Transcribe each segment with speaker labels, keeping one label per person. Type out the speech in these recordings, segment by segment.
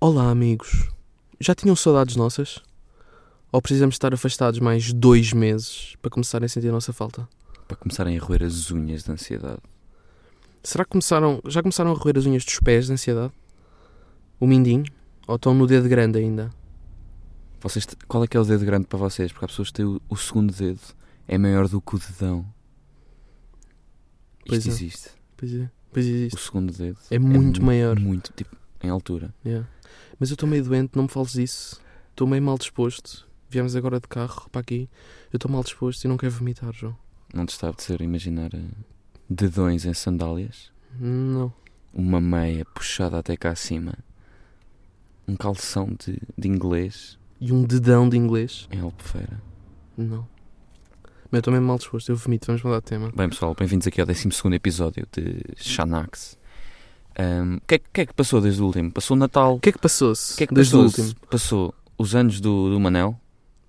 Speaker 1: Olá, amigos. Já tinham saudades nossas? Ou precisamos estar afastados mais dois meses para começarem a sentir a nossa falta?
Speaker 2: Para começarem a roer as unhas de ansiedade.
Speaker 1: Será que começaram, já começaram a roer as unhas dos pés de ansiedade? O mindinho? Ou estão no dedo grande ainda?
Speaker 2: Vocês, te- qual é que é o dedo grande para vocês? Porque há pessoas que têm o, o segundo dedo é maior do que o dedão.
Speaker 1: Pois
Speaker 2: Isto
Speaker 1: é.
Speaker 2: existe.
Speaker 1: Pois é, pois é
Speaker 2: O
Speaker 1: isto.
Speaker 2: segundo dedo
Speaker 1: É muito maior.
Speaker 2: Muito, tipo, em altura.
Speaker 1: Yeah. Mas eu estou meio doente, não me fales isso. Estou meio mal disposto. Viemos agora de carro para aqui. Eu estou mal disposto e não quero vomitar, João.
Speaker 2: Não te está a apetecer imaginar eh, dedões em sandálias,
Speaker 1: Não.
Speaker 2: uma meia puxada até cá acima, um calção de, de inglês
Speaker 1: E um dedão de inglês?
Speaker 2: em albufeira.
Speaker 1: Não. Mas eu estou mesmo mal disposto, eu vomito, vamos mudar de tema.
Speaker 2: Bem, pessoal, bem-vindos aqui ao 12 episódio de Xanax. Ahm, O que, é, que é que passou desde o último? Passou o Natal.
Speaker 1: O que é que passou-se?
Speaker 2: O que é que
Speaker 1: desde
Speaker 2: passou?
Speaker 1: o último?
Speaker 2: Passou os anos do, do Manel,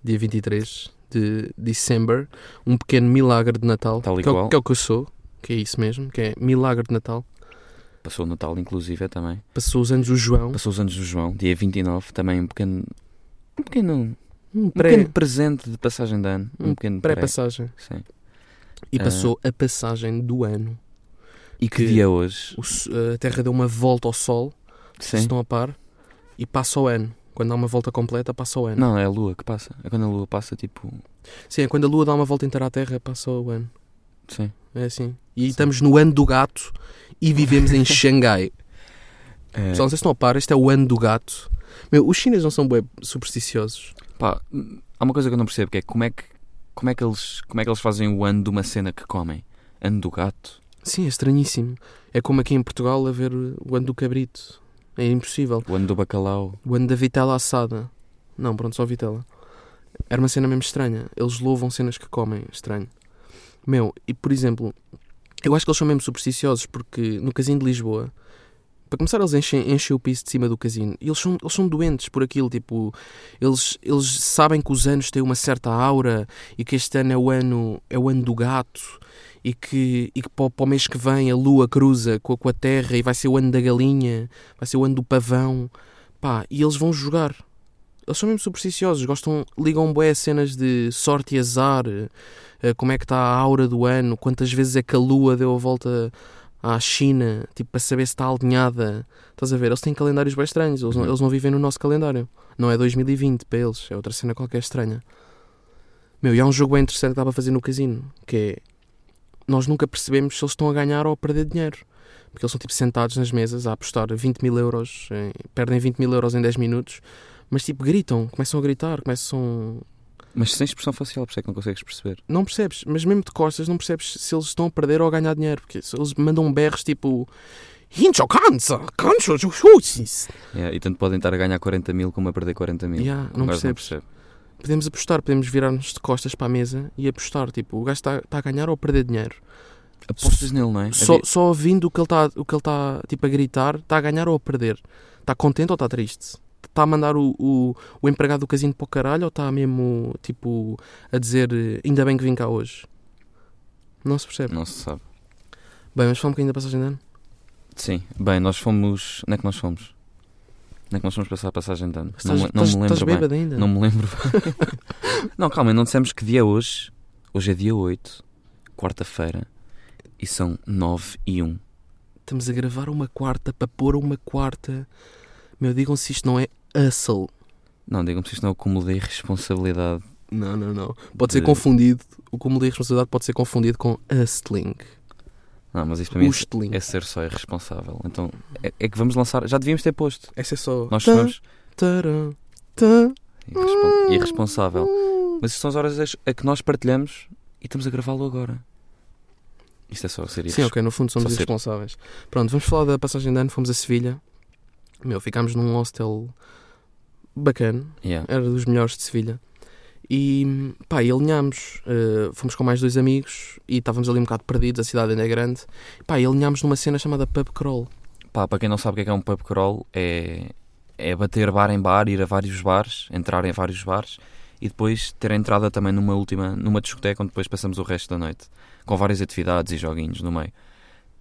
Speaker 1: Dia 23 de dezembro, um pequeno milagre de Natal.
Speaker 2: Tal e
Speaker 1: que, é o,
Speaker 2: qual.
Speaker 1: que é o que eu sou, que é isso mesmo, que é milagre de Natal.
Speaker 2: passou o Natal, inclusive, é, também.
Speaker 1: Passou os anos do João.
Speaker 2: Passou os anos do João, dia 29, também um pequeno. Um pequeno, um
Speaker 1: Um
Speaker 2: pequeno
Speaker 1: pré-
Speaker 2: presente de passagem de ano. Um pequeno pré.
Speaker 1: pré-passagem.
Speaker 2: Sim.
Speaker 1: E
Speaker 2: Ah.
Speaker 1: passou a passagem do ano.
Speaker 2: E que,
Speaker 1: Que-
Speaker 2: dia é hoje?
Speaker 1: O s- a Terra deu uma volta ao Sol, se
Speaker 2: Sim.
Speaker 1: estão a par, e passa o ano. Quando dá uma volta completa, passa o ano.
Speaker 2: Não, é a lua que passa. É quando a lua passa, tipo.
Speaker 1: Sim, é quando a Lua dá uma volta inteira à Terra, passa o ano.
Speaker 2: Sim.
Speaker 1: É assim. E
Speaker 2: Sim.
Speaker 1: estamos no ano do gato e vivemos em Xangai.
Speaker 2: É,
Speaker 1: Pessoal, não sei se estão a par, este é o ano do gato. Meu, os chineses não são bué supersticiosos.
Speaker 2: pá, hum, há uma coisa que eu não percebo que é como é que, como é que, eles, como é que eles fazem o ano de uma cena que comem? Ano do gato?
Speaker 1: Sim, é estranhíssimo. É como aqui em Portugal haver o ano do cabrito. É impossível.
Speaker 2: O ano do bacalhau?
Speaker 1: O ano da vitela assada. Não, pronto, só vitela. Era uma cena mesmo estranha. Eles louvam cenas que comem. Estranho. Meu, e por exemplo, eu acho que eles são mesmo supersticiosos porque no casino de Lisboa, para começar, eles enchem, enchem o piso de cima do casino. E eles são, eles são doentes por aquilo. Tipo, eles, eles sabem que os anos têm uma certa aura e que este ano é o ano, é o ano do gato. E que, e que para, o, para o mês que vem a lua cruza com a, com a terra e vai ser o ano da galinha, vai ser o ano do pavão. Pá, e eles vão jogar. Eles são mesmo supersticiosos, gostam, ligam bué a cenas de sorte e azar, eh, como é que está a aura do ano, quantas vezes é que a lua deu a volta à China, tipo, para saber se está alinhada. Estás a ver? Eles têm calendários bem estranhos, eles não,
Speaker 2: Uhum.
Speaker 1: eles não vivem no nosso calendário. Não é 2020 para eles, é outra cena qualquer estranha. Meu, e há um jogo bem interessante que dá para fazer no casino, que é... Nós nunca percebemos se eles estão a ganhar ou a perder dinheiro porque eles são tipo sentados nas mesas a apostar 20 mil euros, em- perdem 20 mil euros em 10 minutos, mas tipo gritam, começam a gritar, começam.
Speaker 2: Mas sem expressão facial, por isso é que não consegues perceber.
Speaker 1: Não percebes, mas mesmo de costas não percebes se eles estão a perder ou a ganhar dinheiro, porque se eles mandam berros tipo. "Hincho cansa, cancho, ju- ju-sis."
Speaker 2: É, e tanto podem estar a ganhar 40 mil como a perder 40 mil.
Speaker 1: Yeah,
Speaker 2: Um
Speaker 1: não
Speaker 2: gajo
Speaker 1: percebes. Podemos apostar, podemos virar-nos de costas para a mesa e apostar, tipo, o gajo está está a ganhar ou a perder dinheiro.
Speaker 2: Apostas nele, não é?
Speaker 1: Só,
Speaker 2: Havia-
Speaker 1: só ouvindo o que ele está tá, tipo, a gritar, está a ganhar ou a perder? Está contente ou está triste? Está a mandar o, o, o empregado do casino para o caralho ou está mesmo tipo a dizer eh, ainda bem que vim cá hoje? Não se percebe.
Speaker 2: Não se sabe.
Speaker 1: Bem, mas fala um bocadinho da passagem de ano.
Speaker 2: Sim. Bem, nós fomos. Onde é que nós fomos? Onde é que nós fomos passar a passagem de ano?
Speaker 1: Mas
Speaker 2: Não,
Speaker 1: Estás,
Speaker 2: me- não
Speaker 1: estás-
Speaker 2: me
Speaker 1: estás
Speaker 2: lembro bem.
Speaker 1: bêbado ainda?
Speaker 2: Não me lembro bem. não, calma, não dissemos que dia é hoje. Hoje é dia 8, quarta-feira, e são 9 e 1.
Speaker 1: Estamos a gravar uma quarta para pôr uma quarta. Meu, digam se isto não é hustle.
Speaker 2: Não, digam-me se isto não é o cúmulo da irresponsabilidade.
Speaker 1: Não, não, não. Pode ser
Speaker 2: De-
Speaker 1: confundido. O cúmulo de responsabilidade pode ser confundido com hustling.
Speaker 2: Não, mas isso para mim
Speaker 1: Hustling.
Speaker 2: é ser só irresponsável. Então, é, é que vamos lançar. Já devíamos ter posto.
Speaker 1: Essa é só.
Speaker 2: Nós
Speaker 1: Tã,
Speaker 2: somos
Speaker 1: tarã, tã.
Speaker 2: irrespon- irresponsável. Mas isto são as horas a- a que nós partilhamos e estamos a gravá-lo agora. Isto é só ser
Speaker 1: Sim, ok, no fundo somos
Speaker 2: Só ser-
Speaker 1: irresponsáveis. Pronto, vamos falar da passagem de ano, fomos a Sevilha. Meu, ficámos num hostel bacana,
Speaker 2: Yeah.
Speaker 1: era dos melhores de Sevilha. E pá, e alinhámos, eh, fomos com mais dois amigos e estávamos ali um bocado perdidos, a cidade ainda é grande. Pá, e alinhámos numa cena chamada Pub Crawl.
Speaker 2: Pá, para quem não sabe o que é, que é um pub crawl, é, é bater bar em bar, ir a vários bares, entrar em vários bares e depois ter entrada também numa última, numa discoteca onde depois passamos o resto da noite, com várias atividades e joguinhos no meio.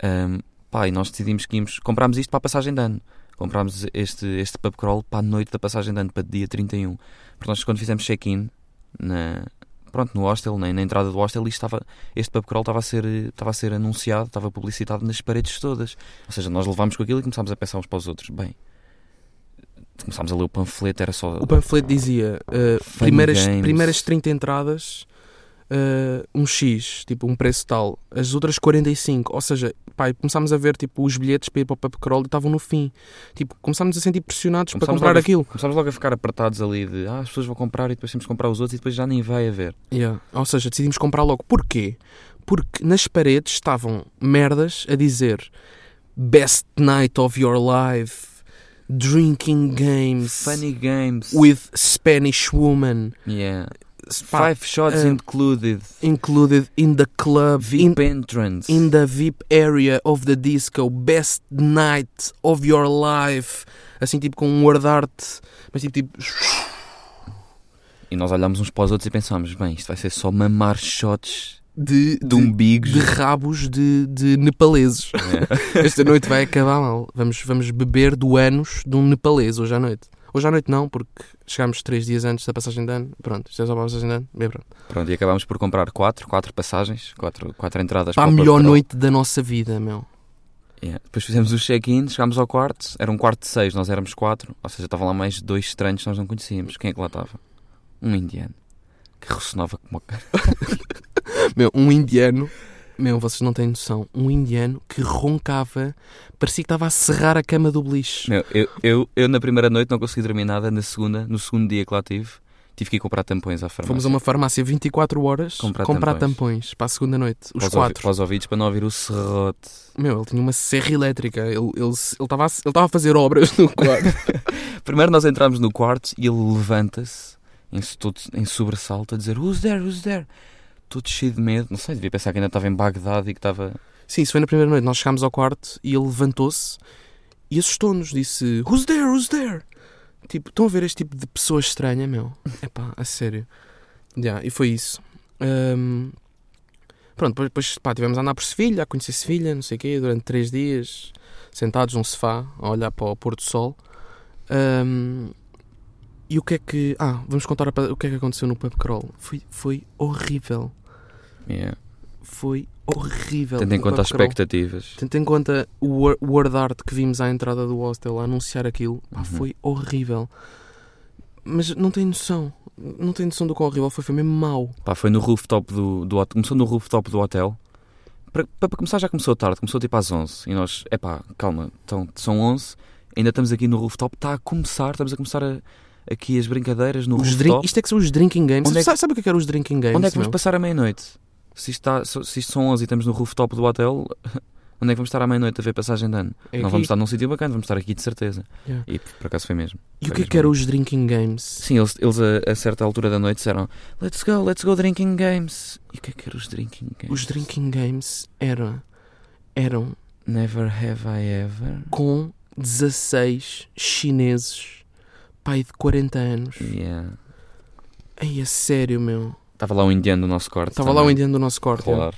Speaker 2: Ahm, Pá, e nós decidimos que íamos. Comprámos isto para a passagem de ano. Comprámos este, este pub crawl para a noite da passagem de ano, para dia 31. Porque nós, quando fizemos check-in, na, pronto, no hostel, na, na entrada do hostel, isto estava, este pub crawl estava a, ser, eh, estava a ser anunciado, estava publicitado nas paredes todas. Ou seja, nós levámos com aquilo e começámos a pensar uns para os outros. Bem, começámos a ler o panfleto, era só.
Speaker 1: O panfleto dizia eh,
Speaker 2: Fun
Speaker 1: primeiras,
Speaker 2: games.
Speaker 1: primeiras 30 entradas, eh, um X, tipo um preço tal, as outras 45. Ou seja, pá, e começámos a ver tipo, os bilhetes para ir para o Pub Crawl e estavam no fim. Tipo, começámos a sentir pressionados
Speaker 2: Começámos
Speaker 1: para comprar
Speaker 2: logo a-
Speaker 1: aquilo.
Speaker 2: Começámos logo a ficar apertados ali de ah, as pessoas vão comprar e depois temos que comprar os outros e depois já nem vai haver.
Speaker 1: Yeah. Ou seja, decidimos comprar logo. Porquê? Porque nas paredes estavam merdas a dizer Best Night of Your Life, Drinking Games,
Speaker 2: Funny games.
Speaker 1: with Spanish Woman,
Speaker 2: Yeah.
Speaker 1: pá,
Speaker 2: Five shots
Speaker 1: eh,
Speaker 2: included.
Speaker 1: included in the club, in,
Speaker 2: VIP entrance.
Speaker 1: in the VIP area of the disco, best night of your life. Assim, tipo, com um word art, mas tipo, tipo
Speaker 2: E nós olhámos uns para os outros e pensámos, bem, isto vai ser só mamar shots
Speaker 1: de,
Speaker 2: de
Speaker 1: de,
Speaker 2: umbigos.
Speaker 1: de rabos de, de nepaleses.
Speaker 2: É.
Speaker 1: Esta noite vai acabar mal. Vamos, vamos beber do anos de um nepalês hoje à noite. Hoje à noite não, porque chegámos três dias antes da passagem de ano. Pronto, isto é só para a passagem de ano. Bem, pronto.
Speaker 2: Pronto, e acabámos por comprar quatro, quatro passagens, quatro, quatro entradas
Speaker 1: Para a
Speaker 2: o
Speaker 1: melhor
Speaker 2: Portugal.
Speaker 1: noite da nossa vida, meu.
Speaker 2: Yeah. Depois fizemos o check-in, chegámos ao quarto, era um quarto de seis, nós éramos quatro, ou seja, estavam lá mais dois estranhos que nós não conhecíamos. Quem é que lá estava? Um indiano, que ressonava como a
Speaker 1: Meu, um indiano. Meu, vocês não têm noção. Um indiano que roncava, parecia que estava a serrar a cama do beliche.
Speaker 2: Meu, eu, eu, eu na primeira noite não consegui dormir nada, na segunda, no segundo dia que lá tive, tive que ir comprar tampões à farmácia.
Speaker 1: Fomos a uma farmácia 24 horas
Speaker 2: Comprar
Speaker 1: comprar,
Speaker 2: tampões.
Speaker 1: tampões. para a segunda noite. Os
Speaker 2: Para ouvi-
Speaker 1: quatro.
Speaker 2: Para os ouvidos, para não ouvir o serrote.
Speaker 1: Meu, ele tinha uma serra elétrica. Ele estava ele, se- ele estava a, ele estava a fazer obras no quarto.
Speaker 2: Primeiro nós entramos no quarto e ele levanta-se, em, so- todo, em sobressalto, a dizer Who's there? Who's there? Todo cheio de medo, não sei, devia pensar que ainda estava em Bagdade e que estava...
Speaker 1: Sim, isso foi na primeira noite. Nós chegámos ao quarto e ele levantou-se e assustou-nos. Disse: Who's there? Who's there? Tipo, estão a ver este tipo de pessoa estranha, meu? Epá, a sério. Yeah, e foi isso. Ahm, pronto, depois, depois pá, tivemos a andar por Sevilha, a conhecer Sevilha, não sei o quê, durante três dias, sentados num sofá, a olhar para o pôr do sol. Ahm, e o que é que. Ah, vamos contar a pa- o que é que aconteceu no pub crawl. Foi, foi horrível.
Speaker 2: Yeah.
Speaker 1: Foi horrível.
Speaker 2: Tendo em
Speaker 1: o
Speaker 2: conta
Speaker 1: pub
Speaker 2: as
Speaker 1: crawl.
Speaker 2: expectativas.
Speaker 1: Tendo em conta o wor- word art que vimos à entrada do hostel a anunciar aquilo, pá,
Speaker 2: Uhum.
Speaker 1: foi horrível. Mas não tem noção. Não tem noção do quão horrível foi. Foi mesmo mau.
Speaker 2: Pá, foi no rooftop do, do hot- Começou no rooftop do hotel. Para, para para começar já começou tarde, começou tipo às 11. E nós, epá, calma, então, são 11, ainda estamos aqui no rooftop, está a começar, estamos a começar a- aqui as brincadeiras no
Speaker 1: Os drink,
Speaker 2: rooftop.
Speaker 1: isto é que são os drinking games.
Speaker 2: Onde é que-
Speaker 1: sabe, sabe o que é que eram os drinking games?
Speaker 2: Onde é que vamos
Speaker 1: meu?
Speaker 2: passar a meia-noite? Se, isto está- se se isto são 11 e estamos no rooftop do hotel, onde é que vamos estar à meia-noite a ver passagem de ano?
Speaker 1: É
Speaker 2: Não
Speaker 1: aqui.
Speaker 2: vamos estar num sítio bacana, vamos estar aqui de certeza.
Speaker 1: Yeah.
Speaker 2: E por acaso foi mesmo.
Speaker 1: E o que é que eram os drinking games?
Speaker 2: Sim, eles, eles a, a certa altura da noite disseram Let's go, let's go drinking games. E o que é que eram os drinking games?
Speaker 1: Os drinking games eram, eram
Speaker 2: Never have I ever.
Speaker 1: com 16 chineses, pai de 40 anos.
Speaker 2: Yeah.
Speaker 1: Ai, é sério, meu.
Speaker 2: Estava lá um indiano do nosso corte.
Speaker 1: Estava lá o indiano do nosso corte.
Speaker 2: Claro.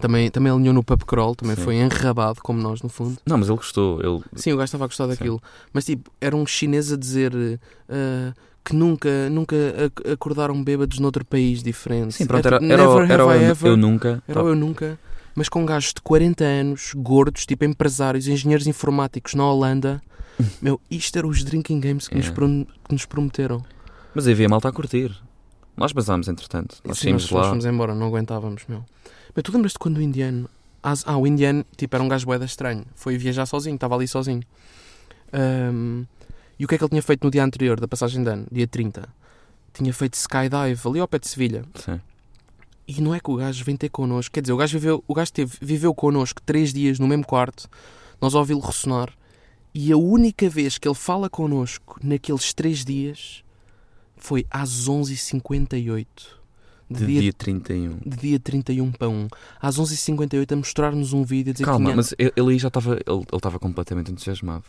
Speaker 1: Também, também alinhou no pub crawl, também
Speaker 2: Sim.
Speaker 1: foi enrabado, como nós, no fundo.
Speaker 2: Não, mas ele gostou. Ele...
Speaker 1: Sim, o gajo estava a gostar daquilo. Mas tipo, era um chinês a dizer eh, que nunca, nunca ac- acordaram bêbados noutro país diferente.
Speaker 2: Sim, pronto,
Speaker 1: É
Speaker 2: era,
Speaker 1: tipo,
Speaker 2: era, o-
Speaker 1: never
Speaker 2: era o
Speaker 1: have I
Speaker 2: eu, tá.
Speaker 1: ever,
Speaker 2: eu nunca.
Speaker 1: era o eu nunca. Mas com gajos de 40 anos, gordos, tipo empresários, engenheiros informáticos na Holanda. Meu, isto eram os drinking games que,
Speaker 2: Yeah.
Speaker 1: nos, prom- que nos prometeram.
Speaker 2: Mas havia malta a curtir. Nós basámos, entretanto. Nós
Speaker 1: Sim, assim nós,
Speaker 2: saímos
Speaker 1: nós
Speaker 2: lá.
Speaker 1: fomos embora, não aguentávamos, meu. Meu, tu lembras-te quando o indiano... as- Ah, o indiano, tipo, era um gajo boeda estranho. Foi viajar sozinho, estava ali sozinho. Ahm, e o que é que ele tinha feito no dia anterior, da passagem de ano, dia 30? Tinha feito skydive ali ao pé de Sevilha.
Speaker 2: Sim.
Speaker 1: E não é que o gajo vem ter connosco. Quer dizer, o gajo viveu, o gajo teve, viveu connosco três dias no mesmo quarto. Nós ouvi-lo ressonar. E a única vez que ele fala connosco naqueles três dias foi às 11h58
Speaker 2: De
Speaker 1: de dia
Speaker 2: dia 31.
Speaker 1: de dia 31 para 1, às 11h58, a mostrar-nos um vídeo a dizer que
Speaker 2: Calma,
Speaker 1: tinha...
Speaker 2: mas ele ele aí já estava ele, ele estava completamente entusiasmado.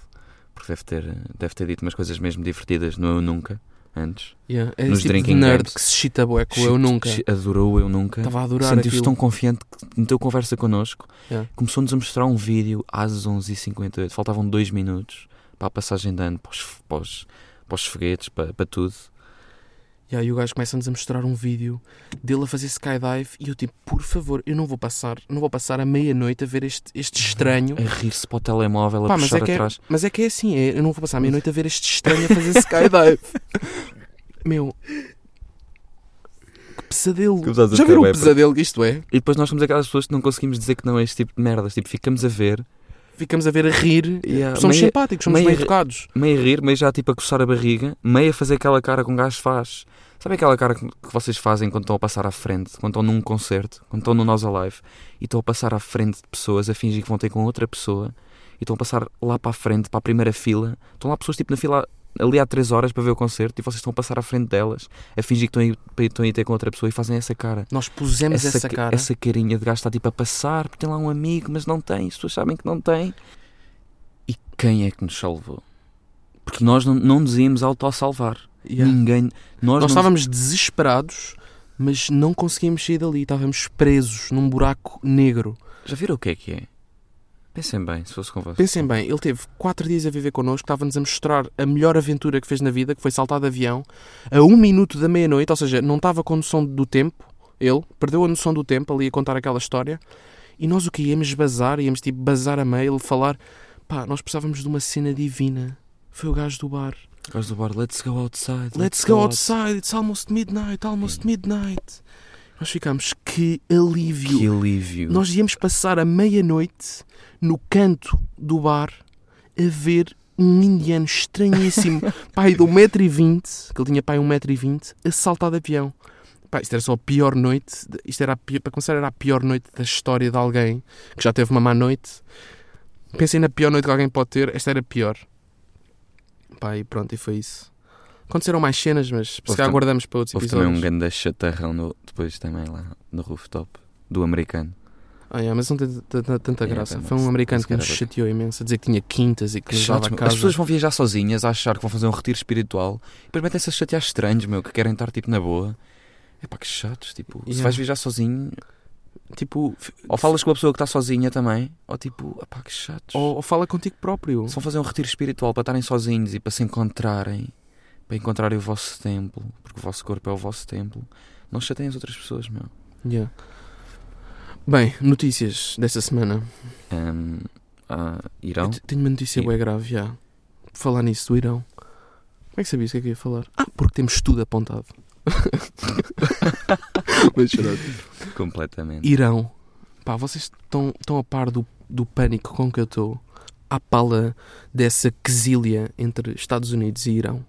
Speaker 2: Porque deve ter, deve ter dito umas coisas mesmo divertidas, não eu nunca. antes.
Speaker 1: Yeah. É
Speaker 2: Nos
Speaker 1: esse tipo de
Speaker 2: drinking
Speaker 1: nerd
Speaker 2: games.
Speaker 1: que se chita bué com o eu nunca.
Speaker 2: Chi- Adorou Eu Nunca.
Speaker 1: Estava a adorar
Speaker 2: Sentiu-se
Speaker 1: aquilo.
Speaker 2: tão confiante que meteu conversa connosco.
Speaker 1: Yeah.
Speaker 2: Começou-nos a mostrar um vídeo às 11h58. Faltavam dois minutos para a passagem de ano, para os, f- para os- para os foguetes, para, para tudo.
Speaker 1: Yeah, e o gajo começa-nos a mostrar um vídeo dele a fazer skydive e eu tipo, por favor, eu não vou passar, não vou passar a meia-noite a ver este, este estranho.
Speaker 2: A rir-se para o telemóvel, a
Speaker 1: Pá, mas
Speaker 2: Uhum. É, puxar
Speaker 1: é, que é,
Speaker 2: atrás.
Speaker 1: mas é que é assim, é, eu não vou passar a meia-noite a ver este estranho a fazer skydive. Meu, que pesadelo.
Speaker 2: Que pesadelo
Speaker 1: Já
Speaker 2: que
Speaker 1: viram o
Speaker 2: é, pá.
Speaker 1: pesadelo que isto é?
Speaker 2: E depois nós somos aquelas pessoas que não conseguimos dizer que não a este tipo de merdas. Tipo, ficamos a ver,
Speaker 1: Ficamos a ver a rir.
Speaker 2: Yeah,
Speaker 1: somos
Speaker 2: meia-
Speaker 1: simpáticos, somos
Speaker 2: meia-
Speaker 1: bem educados.
Speaker 2: meio a rir, meio já tipo a coçar a barriga, meio a fazer aquela cara que um gajo faz. Sabe aquela cara que que vocês fazem quando estão a passar à frente, quando estão num concerto, quando estão no Nós Alive e estão a passar à frente de pessoas a fingir que vão ter com outra pessoa e estão a passar lá para a frente, para a primeira fila. Estão lá pessoas tipo na fila ali há 3 horas para ver o concerto e vocês estão a passar à frente delas a fingir que estão a ir, para- estão a ir ter com outra pessoa e fazem essa cara.
Speaker 1: Nós pusemos essa,
Speaker 2: ca-
Speaker 1: cara.
Speaker 2: essa carinha de gajo está tipo a passar, porque tem lá um amigo, mas não tem, as pessoas sabem que não tem. E quem é que nos salvou? Porque nós não, não nos íamos autossalvar.
Speaker 1: Yeah.
Speaker 2: Ninguém.
Speaker 1: Nós
Speaker 2: Nós, não,
Speaker 1: estávamos desesperados, mas não conseguíamos sair dali. Estávamos presos num buraco negro.
Speaker 2: Já viram o que é que é? Pensem bem, se fosse com vocês.
Speaker 1: Pensem bem, ele teve 4 dias a viver connosco, estava-nos a mostrar a melhor aventura que fez na vida, que foi saltar de avião, a um minuto da meia-noite, ou seja, não estava com noção do tempo, ele perdeu a noção do tempo ali a contar aquela história, e nós o que íamos bazar, íamos tipo bazar a meio, ele falar, pá, nós precisávamos de uma cena divina. Foi o gajo do bar.
Speaker 2: Por causa do bar, let's go outside.
Speaker 1: Let's go outside, it's almost midnight, almost midnight. Nós ficámos, que alívio.
Speaker 2: Que alívio.
Speaker 1: Nós íamos passar a meia-noite no canto do bar a ver um indiano estranhíssimo, pai de 1,20m, que ele tinha pai 1,20m, a saltar de avião. Pá, isto era só a pior noite, de- isto era a pi- para começar, era a pior noite da história de alguém que já teve uma má noite. Pensem na pior noite que alguém pode ter, esta era pior. Pá, e pronto, e foi isso. Aconteceram mais cenas, mas se
Speaker 2: Houve
Speaker 1: calhar
Speaker 2: tam-
Speaker 1: guardamos para outros
Speaker 2: Houve também um
Speaker 1: episódios.
Speaker 2: grande chatarrão no- depois também lá no rooftop do americano.
Speaker 1: Ah, yeah, mas não tem t- t- tanta
Speaker 2: É,
Speaker 1: graça.
Speaker 2: também
Speaker 1: Foi um
Speaker 2: se-
Speaker 1: americano
Speaker 2: se
Speaker 1: que nos
Speaker 2: calhar-
Speaker 1: chateou imenso a dizer que tinha quintas e que
Speaker 2: Que
Speaker 1: nos dava
Speaker 2: chatos, meu.
Speaker 1: casa.
Speaker 2: é As pessoas vão viajar sozinhas a achar que vão fazer um retiro espiritual e depois metem-se a chatear estranhos, meu, que querem estar tipo na boa. É pá, que chatos, tipo, se
Speaker 1: Yeah.
Speaker 2: vais viajar sozinho,
Speaker 1: Tipo,
Speaker 2: ou falas com a pessoa que está sozinha também, ou tipo, ah pá, que chatos.
Speaker 1: ou, ou fala contigo próprio.
Speaker 2: Se vão fazer um retiro espiritual para estarem sozinhos e para se encontrarem, para encontrarem o vosso templo, porque o vosso corpo é o vosso templo, não chateiem as outras pessoas, meu.
Speaker 1: Yeah. Bem, notícias desta semana.
Speaker 2: Ahm, ah, irão?
Speaker 1: Eu te- tenho uma notícia
Speaker 2: E-
Speaker 1: bem grave já. Por falar nisso do Irão. Como é que sabias o que é que eu ia falar? Ah, porque temos tudo apontado. Mas pronto.
Speaker 2: Completamente.
Speaker 1: Irão. Pá, vocês estão estão a par do, do pânico com que eu estou à pala dessa quesilha entre Estados Unidos e Irão.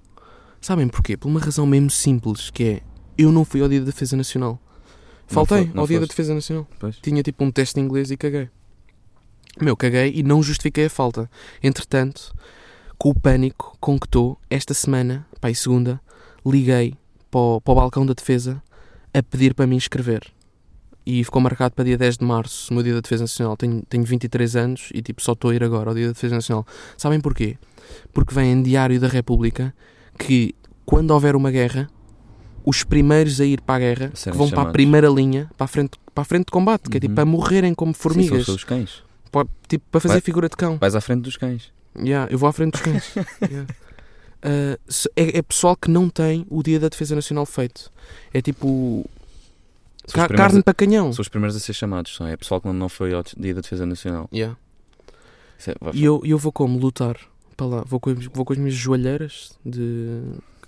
Speaker 1: Sabem porquê? Por uma razão mesmo simples, que é eu não fui ao dia da Defesa Nacional. Faltei
Speaker 2: fo- não
Speaker 1: ao dia da
Speaker 2: foste.
Speaker 1: Defesa Nacional.
Speaker 2: Pois.
Speaker 1: Tinha tipo um teste de inglês e caguei. Meu, caguei e não justifiquei a falta. Entretanto, com o pânico com que estou, esta semana, pá, e segunda, liguei para o, para o balcão da defesa a pedir para me inscrever. E ficou marcado para dia 10 de março, o meu dia da Defesa Nacional. Tenho, tenho 23 anos e tipo só estou a ir agora ao dia da Defesa Nacional. Sabem porquê? Porque vem em Diário da República que quando houver uma guerra, os primeiros a ir para a guerra que
Speaker 2: Serem
Speaker 1: vão para a
Speaker 2: chamados.
Speaker 1: primeira linha, para a frente, para a frente de combate, que é tipo
Speaker 2: Uhum.
Speaker 1: para morrerem como
Speaker 2: Sim,
Speaker 1: formigas,
Speaker 2: são os cães.
Speaker 1: para, tipo, para fazer
Speaker 2: Vai-
Speaker 1: figura de cão.
Speaker 2: Vais à frente dos cães.
Speaker 1: Yeah, eu vou à frente dos cães. Yeah. Uh, se- é, é pessoal que não tem o Dia da Defesa Nacional feito. É tipo.
Speaker 2: São os
Speaker 1: ca-
Speaker 2: primeiros
Speaker 1: carne para canhão.
Speaker 2: São os primeiros a ser chamados, são. É pessoal que não foi ao Dia da Defesa Nacional.
Speaker 1: Yeah.
Speaker 2: Isso é- vai-
Speaker 1: E eu, eu vou como? Lutar para lá. Vou com, as- vou com as minhas joalheiras de,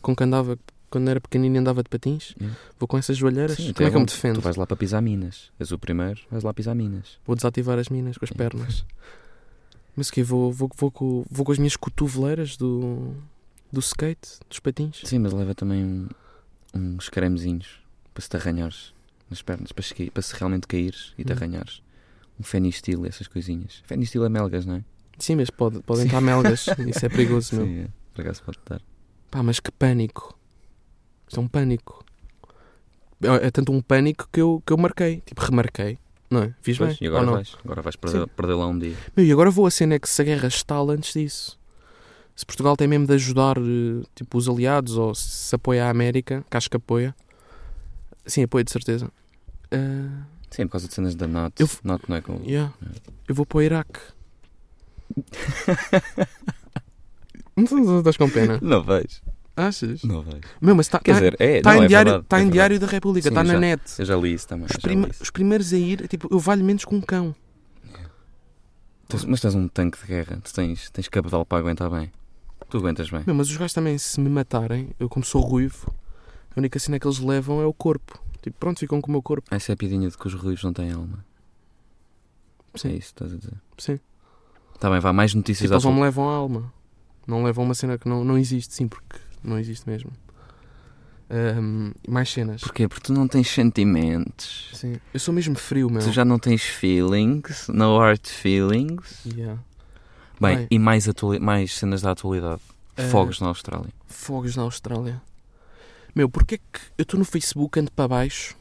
Speaker 1: com que andava quando era pequenino e andava de patins.
Speaker 2: Yeah.
Speaker 1: Vou com essas joalheiras.
Speaker 2: Sim,
Speaker 1: Como é que eu me
Speaker 2: tu-
Speaker 1: defendo?
Speaker 2: Tu vais lá para pisar minas. És o primeiro, vais lá pisar minas.
Speaker 1: Vou desativar as minas com as
Speaker 2: Yeah.
Speaker 1: pernas. Mas o quê? Vou, vou, vou, com, vou com as minhas cotoveleiras do, do skate, dos patins.
Speaker 2: Sim, mas leva também um- uns cremezinhos para se te arranhares nas pernas, para se, cair- para se realmente caíres e te
Speaker 1: Hum.
Speaker 2: arranhares. Um fenistil, essas coisinhas. Fenistil é melgas, não é?
Speaker 1: Sim, mas pode, podem
Speaker 2: Sim.
Speaker 1: estar melgas. Isso é perigoso, meu.
Speaker 2: Sim, é. Por acaso pode dar.
Speaker 1: Pá, mas que pânico. Isto é um pânico. É, é tanto um pânico que eu, que eu marquei. Tipo, remarquei. Não é? Fiz
Speaker 2: Pois,
Speaker 1: bem?
Speaker 2: e
Speaker 1: ou
Speaker 2: agora
Speaker 1: não?
Speaker 2: vais, agora vais perder, perder lá um dia.
Speaker 1: Meu, e agora vou a cena que se a guerra estala antes disso. Se Portugal tem mesmo de ajudar eh, tipo, os aliados ou se- se apoia a América, que acho que apoia. Sim, apoia de certeza. Ah,
Speaker 2: Sim, por causa de cenas da NATO.
Speaker 1: Eu f-
Speaker 2: NATO não é com.
Speaker 1: yeah. Eu vou para o Iraque. Não sei se Estás com pena?
Speaker 2: Não vais.
Speaker 1: Achas?
Speaker 2: Não vais.
Speaker 1: Meu, mas está
Speaker 2: Quer
Speaker 1: tá,
Speaker 2: dizer, é.
Speaker 1: tá
Speaker 2: não,
Speaker 1: em,
Speaker 2: é
Speaker 1: diário,
Speaker 2: verdade,
Speaker 1: tá
Speaker 2: é
Speaker 1: em
Speaker 2: verdade.
Speaker 1: diário da República,
Speaker 2: Sim,
Speaker 1: está na
Speaker 2: já-
Speaker 1: net.
Speaker 2: Eu já li isso também.
Speaker 1: Os,
Speaker 2: já
Speaker 1: prime-
Speaker 2: li isso.
Speaker 1: os primeiros a ir, é tipo, eu valho menos que um cão.
Speaker 2: Tu- Mas tens um tanque de guerra. Tu tens, tens capital para aguentar bem. Tu aguentas bem.
Speaker 1: Meu, mas os gajos também, se me matarem, eu como sou ruivo, a única cena que eles levam é o corpo. Tipo, pronto, ficam com o meu corpo.
Speaker 2: Essa é a piadinha de que os ruivos não têm alma.
Speaker 1: Sim.
Speaker 2: É isso que estás a dizer.
Speaker 1: Sim.
Speaker 2: Está bem, vá. Mais notícias
Speaker 1: Tipo,
Speaker 2: da
Speaker 1: eles não me
Speaker 2: atualidade.
Speaker 1: levam a alma. Não levam uma cena que não, não existe, sim, porque não existe mesmo. Ahm, mais cenas.
Speaker 2: Porquê? Porque tu não tens sentimentos.
Speaker 1: Sim. Eu sou mesmo frio, meu.
Speaker 2: Tu já não tens feelings. No hard feelings.
Speaker 1: Yeah.
Speaker 2: Bem,
Speaker 1: Bem.
Speaker 2: e mais, atuali- mais cenas da atualidade.
Speaker 1: Ah,
Speaker 2: Fogos na Austrália.
Speaker 1: Fogos na Austrália. Meu, porque é que eu estou no Facebook, ando para baixo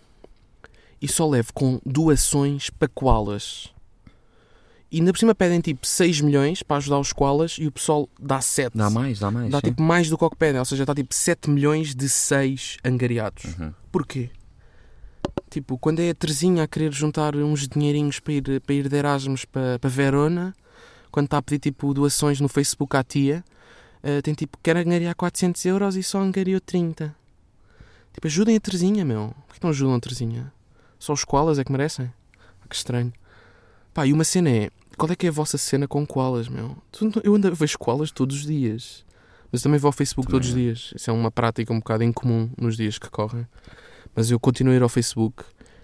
Speaker 1: e só levo com doações para koalas? E ainda por cima pedem tipo 6 milhões para ajudar os koalas e o pessoal dá 7.
Speaker 2: Dá mais, dá mais.
Speaker 1: Dá
Speaker 2: sim.
Speaker 1: tipo mais do que o que pedem, ou seja, dá tipo 7 milhões de 6 angariados.
Speaker 2: Uhum.
Speaker 1: Porquê? Tipo, quando é a Terezinha a querer juntar uns dinheirinhos para ir, para ir de Erasmus para, para Verona, quando está a pedir tipo doações no Facebook à tia, eh, tem tipo, quer angariar 400 euros e só angariou 30. Tipo, ajudem a Terezinha, meu. Porquê que não ajudam a Terezinha? Só os koalas é que merecem? Ah, Que estranho. Pá, e uma cena é, qual é que é a vossa cena com koalas, meu? Tu não- Eu ando, eu vejo koalas todos os dias. Mas eu também vou ao Facebook
Speaker 2: Também
Speaker 1: todos os
Speaker 2: eu.
Speaker 1: dias. Isso é uma prática um bocado incomum nos dias que correm. Mas eu continuo a ir ao Facebook.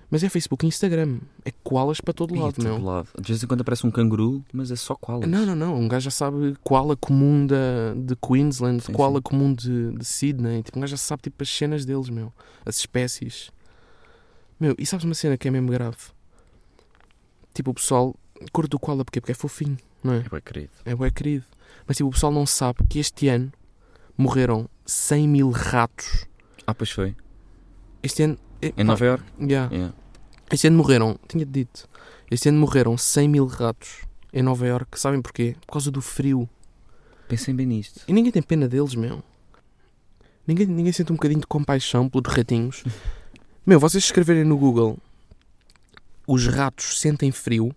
Speaker 1: Mas é Facebook e Instagram. É koalas para todo
Speaker 2: Ih,
Speaker 1: lado,
Speaker 2: todo
Speaker 1: meu.
Speaker 2: lado. De vez em quando aparece um canguru, mas é só koalas.
Speaker 1: Não, não, não. Um gajo já sabe koala comum da, de Queensland,
Speaker 2: Sim,
Speaker 1: koala comum de, de Sydney. Tipo, um gajo já sabe tipo, as cenas deles, meu. As espécies. Meu, e sabes uma cena que é mesmo grave? Tipo, o pessoal curte o koala porque, porque é fofinho, não é?
Speaker 2: É bem querido.
Speaker 1: É bué querido. Mas tipo, o pessoal não sabe que este ano morreram 100 mil ratos.
Speaker 2: Ah, pois foi.
Speaker 1: Este ano... eh,
Speaker 2: Em
Speaker 1: pá,
Speaker 2: Nova York?
Speaker 1: yeah.
Speaker 2: Yeah.
Speaker 1: Este ano morreram, tinha dito, este ano morreram 100 mil ratos em Nova Iorque. Sabem porquê? Por causa do frio.
Speaker 2: Pensem bem nisto.
Speaker 1: E ninguém tem pena deles, meu. Ninguém, ninguém sente um bocadinho de compaixão pelos ratinhos. meu, vocês escreverem no Google os ratos sentem frio.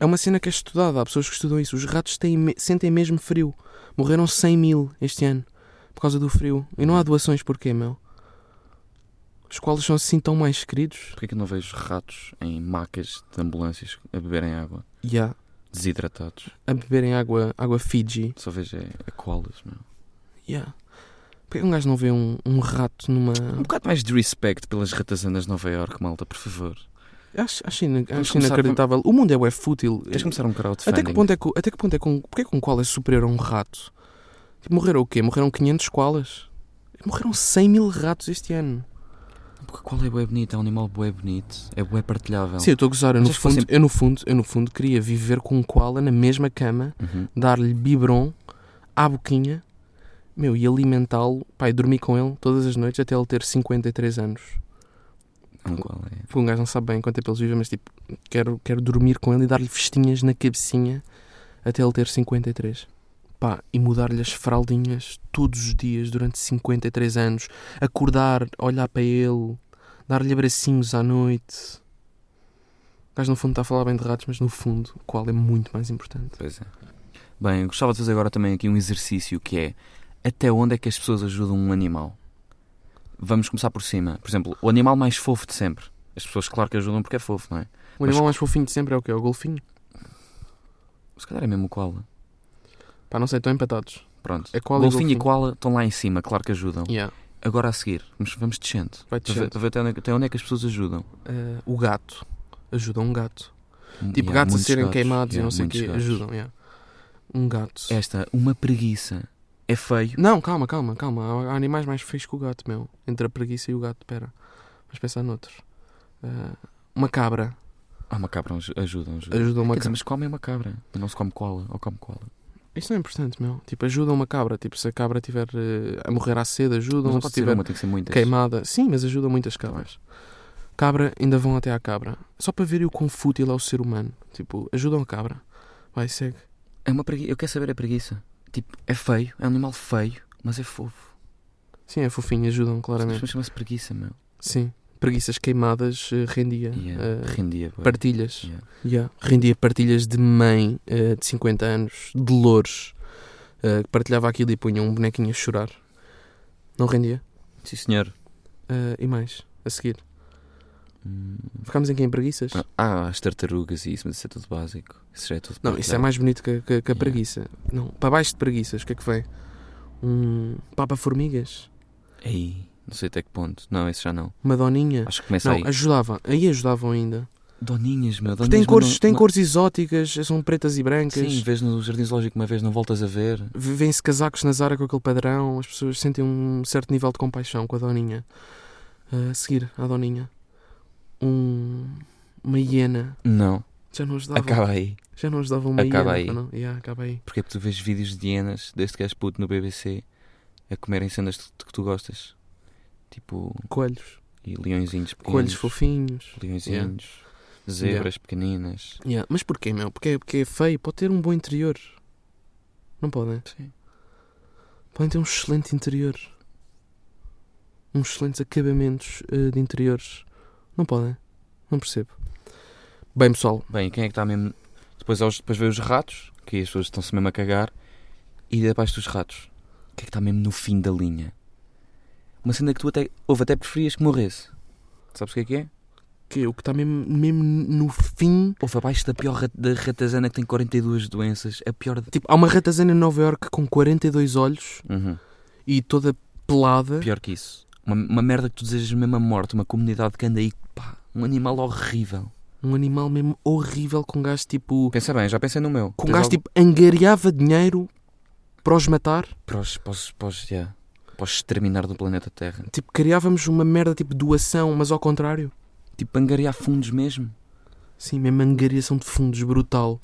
Speaker 1: É uma cena que é estudada, há pessoas que estudam isso. Os ratos têm, me- sentem mesmo frio. Morreram 100 mil este ano por causa do frio. E não há doações porquê, meu. Os quais são assim tão mais queridos.
Speaker 2: Porquê que eu não vejo ratos em macas de ambulâncias a beberem água?
Speaker 1: E há
Speaker 2: Desidratados.
Speaker 1: a beberem água, água Fiji.
Speaker 2: Só vejo é, é koalas, meu.
Speaker 1: Yeah. Por que um gajo não vê um, um rato numa.
Speaker 2: Um bocado mais de respeito pelas ratazanas de Nova York, malta, por favor.
Speaker 1: Acho, acho, ina-
Speaker 2: Vamos
Speaker 1: acho
Speaker 2: começar
Speaker 1: inacreditável. O mundo é bué fútil.
Speaker 2: Tens de começar um crowdfunding.
Speaker 1: Até que ponto é que, até que, ponto é que um, porque é que um koala é superior a um rato? Tipo, morreram o quê? Morreram 500 koalas? Morreram 100 mil ratos este ano.
Speaker 2: Porque qual é bué bonito, é um animal bué bonito, é bué partilhável.
Speaker 1: Sim, eu estou a gozar. Eu no,
Speaker 2: Mas acho que foi
Speaker 1: fundo, eu, no fundo, eu, no fundo, queria viver com um koala na mesma cama,
Speaker 2: Uhum.
Speaker 1: dar-lhe biberon à boquinha, meu, e alimentá-lo, pai, dormir com ele todas as noites até ele ter 53 anos.
Speaker 2: É um koala, é.
Speaker 1: Porque um gajo não sabe bem quanto tempo eles vivem, mas tipo, quero, quero dormir com ele e dar-lhe festinhas na cabecinha até ele ter 53. Pá, e mudar-lhe as fraldinhas todos os dias durante 53 anos. Acordar, olhar para ele, dar-lhe abracinhos à noite. O gajo no fundo está a falar bem de ratos, mas no fundo, o qual é muito mais importante.
Speaker 2: Pois é. Bem, eu gostava de fazer agora também aqui um exercício que é até onde é que as pessoas ajudam um animal? Vamos começar por cima. Por exemplo, o animal mais fofo de sempre. As pessoas, claro que ajudam porque é fofo, não é?
Speaker 1: O
Speaker 2: Mas-
Speaker 1: animal mais fofinho de sempre é o quê? O golfinho?
Speaker 2: Se calhar é mesmo o koala.
Speaker 1: Pá, não sei, estão empatados.
Speaker 2: Pronto.
Speaker 1: É koala e
Speaker 2: Golfinho e
Speaker 1: golfinho.
Speaker 2: koala estão lá em cima, claro que ajudam.
Speaker 1: Yeah.
Speaker 2: Agora a seguir, vamos, vamos descendo.
Speaker 1: Vai
Speaker 2: Para ver-
Speaker 1: descendo.
Speaker 2: para ver até onde, é que- até onde é que as pessoas ajudam.
Speaker 1: Eh, o gato. Ajuda um gato. Tipo,
Speaker 2: Yeah,
Speaker 1: gatos a
Speaker 2: muitos
Speaker 1: serem
Speaker 2: gatos.
Speaker 1: queimados e
Speaker 2: Yeah,
Speaker 1: não sei o
Speaker 2: muitos
Speaker 1: quê.
Speaker 2: gatos. É.
Speaker 1: Ajudam, yeah. Um gato.
Speaker 2: Esta, uma preguiça. É feio.
Speaker 1: Não, calma, calma, calma. Há- Há animais mais feios que o gato, meu. Entre a preguiça e o gato, pera. Vamos pensar noutros. Ah, uma cabra.
Speaker 2: Ah, uma cabra aj- ajuda, ajuda.
Speaker 1: Ajuda uma
Speaker 2: Quer dizer,
Speaker 1: cabra.
Speaker 2: mas come uma cabra. Não se come koala, ou come koala.
Speaker 1: Isso não é importante, meu. Tipo, ajuda uma cabra. Tipo, se a cabra estiver a morrer à sede,
Speaker 2: Mas
Speaker 1: ajudam.
Speaker 2: não
Speaker 1: Se
Speaker 2: pode ser
Speaker 1: estiver
Speaker 2: uma, Tá tem que ser muitas.
Speaker 1: queimada. Sim, mas ajuda muitas cabras. Cabra, ainda vão até à cabra. Só para verem o quão fútil é o ser humano. Tipo, ajudam a cabra. Vai, segue.
Speaker 2: É uma pregui... Eu quero saber a preguiça. Tipo, é feio, é um animal feio, mas é fofo.
Speaker 1: Sim, é fofinho, ajudam claramente.
Speaker 2: Mas chama-se preguiça, meu. é,
Speaker 1: Sim. Preguiças queimadas eh, rendia.
Speaker 2: Yeah,
Speaker 1: eh,
Speaker 2: rendia, bué.
Speaker 1: partilhas.
Speaker 2: Yeah.
Speaker 1: Yeah. Rendia partilhas de mãe eh, de 50 anos, de louros, eh, que partilhava aquilo e punha um bonequinho a chorar. Não rendia?
Speaker 2: Sim, senhor.
Speaker 1: Eh, e mais, a seguir.
Speaker 2: Hum.
Speaker 1: Ficámos em quem? Preguiças?
Speaker 2: Ah, Ah, as tartarugas e isso, mas isso é tudo básico. Isso já é tudo
Speaker 1: Não, isso é
Speaker 2: partilhado.
Speaker 1: mais bonito que, que- que a
Speaker 2: Yeah.
Speaker 1: preguiça. Não, para baixo de preguiças, o que é que vem? Um papa-formigas?
Speaker 2: Aí, não sei até que ponto. Não, isso já não.
Speaker 1: Uma doninha?
Speaker 2: Acho que começa
Speaker 1: Não,
Speaker 2: aí.
Speaker 1: ajudava. Aí ajudavam ainda.
Speaker 2: Doninhas, meu.
Speaker 1: Porque
Speaker 2: Doninhas,
Speaker 1: tem
Speaker 2: mas
Speaker 1: cores,
Speaker 2: não-
Speaker 1: tem
Speaker 2: não-
Speaker 1: cores exóticas, são pretas e brancas.
Speaker 2: Sim, vês no Jardim Zoológico uma vez, não voltas a ver.
Speaker 1: Vêm-se casacos na Zara com aquele padrão, as pessoas sentem um certo nível de compaixão com a Doninha. Ah, a seguir, à Doninha, um, uma hiena.
Speaker 2: Não.
Speaker 1: Já não ajudava.
Speaker 2: Acaba aí.
Speaker 1: Já não ajudava uma
Speaker 2: Acaba
Speaker 1: hiena.
Speaker 2: aí.
Speaker 1: Não? Yeah, acaba aí.
Speaker 2: Porque é que tu vês vídeos de hienas desde que és puto no BBC a comerem cenas que tu- que tu gostas. Tipo,
Speaker 1: Coelhos.
Speaker 2: e leõezinhos pequenos.
Speaker 1: Coelhos fofinhos.
Speaker 2: Leõezinhos. Zebras pequeninas.
Speaker 1: Yeah, Mas porquê, meu? Porque, porque é feio. Pode ter um bom interior. Não podem.
Speaker 2: Sim.
Speaker 1: Podem ter um excelente interior. Uns excelentes acabamentos eh, de interiores. Não podem. Não percebo. Bem, pessoal.
Speaker 2: Bem, quem é que está mesmo. Depois, há os- depois vê os ratos, que as pessoas estão-se mesmo a cagar, e abaixo dos ratos. Quem é que está mesmo no fim da linha? Uma cena que tu até. Houve, até preferias que morresse. Sabes o que é que é?
Speaker 1: que o que está mesmo, mesmo no fim.
Speaker 2: Houve abaixo da pior rat- da ratazana que tem 42 doenças. A pior. De...
Speaker 1: Tipo, há uma ratazana em Nova Iorque com 42 olhos
Speaker 2: Uhum.
Speaker 1: e toda pelada.
Speaker 2: Pior que isso. Uma, uma merda que tu desejas mesmo a morte, uma comunidade que anda aí, pá, um animal horrível.
Speaker 1: Um animal mesmo horrível com gajo tipo.
Speaker 2: Pensa bem, já pensei no meu.
Speaker 1: Com
Speaker 2: Tens
Speaker 1: gajo
Speaker 2: algo-
Speaker 1: tipo angariava dinheiro para os matar.
Speaker 2: Para os, para os, para os, yeah, para os exterminar do planeta Terra.
Speaker 1: Tipo, criávamos uma merda tipo doação, mas ao contrário.
Speaker 2: Tipo, angariar fundos mesmo.
Speaker 1: Sim, mesmo angariação de fundos brutal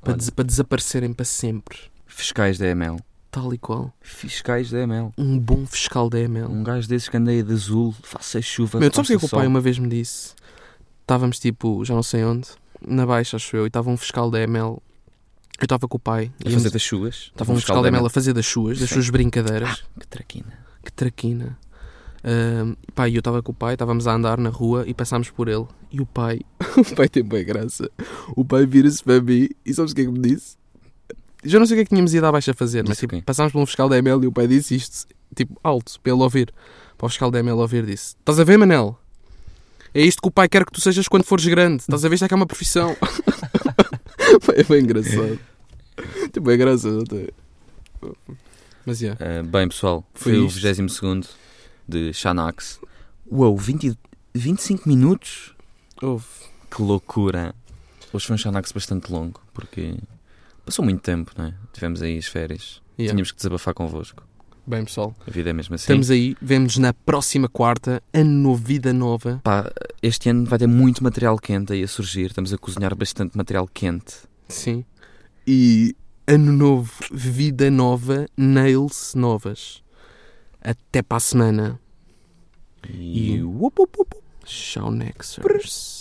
Speaker 1: para,
Speaker 2: Olha,
Speaker 1: des- para desaparecerem para sempre.
Speaker 2: Fiscais da ML.
Speaker 1: Tal e qual.
Speaker 2: Fiscais da ML.
Speaker 1: Um bom fiscal da ML.
Speaker 2: Um gajo desses que anda aí de azul, faça chuva.
Speaker 1: Meu, tu sabes o que é que o
Speaker 2: faça
Speaker 1: pai
Speaker 2: sol.
Speaker 1: uma vez me disse? Estávamos tipo, já não sei onde, na Baixa, acho eu, e estava um fiscal da ML. Eu estava com o pai.
Speaker 2: A fazer das chuvas.
Speaker 1: Estava um fiscal da ML a fazer das suas, das
Speaker 2: Sim.
Speaker 1: suas brincadeiras.
Speaker 2: Que traquina.
Speaker 1: Que traquina. Ahm, pá, e eu estava com o pai, estávamos a andar na rua e passámos por ele. E o pai, o pai tem boa graça. O pai vira-se para mim e sabes o que é que me disse? Já não sei o que é que tínhamos ido à Baixa fazer, mas
Speaker 2: Disse o
Speaker 1: tipo,
Speaker 2: quê?
Speaker 1: passámos por um fiscal da ML e o pai disse isto, tipo, alto, para ele ouvir. Para o fiscal da ML ouvir, disse: Estás a ver, Manel? É isto que o pai quer que tu sejas quando fores grande. Estás a ver, isto é que é uma profissão. Pá, é bem engraçado. Tipo, Tem bem graça, não tem? Mas yeah.
Speaker 2: Ah, bem, pessoal,
Speaker 1: Eh, Foi
Speaker 2: foi, o
Speaker 1: isto.
Speaker 2: 22 de Xanax. Uou, 20, 25 minutos?
Speaker 1: Houve.
Speaker 2: Que loucura! Hoje foi um Xanax bastante longo, porque passou muito tempo, não é? Tivemos aí as férias.
Speaker 1: Yeah.
Speaker 2: Tínhamos que desabafar convosco.
Speaker 1: Bem, pessoal.
Speaker 2: A vida é mesmo assim.
Speaker 1: Estamos aí, vemos na próxima quarta, ano novo, vida nova.
Speaker 2: Pá, este ano vai ter muito material quente aí a surgir. Estamos a cozinhar bastante material quente.
Speaker 1: Sim. E ano novo, vida nova, nails novas. Até para a semana.
Speaker 2: E...
Speaker 1: E-
Speaker 2: Uop, uop, uop, uop.
Speaker 1: Tchau, Nexers.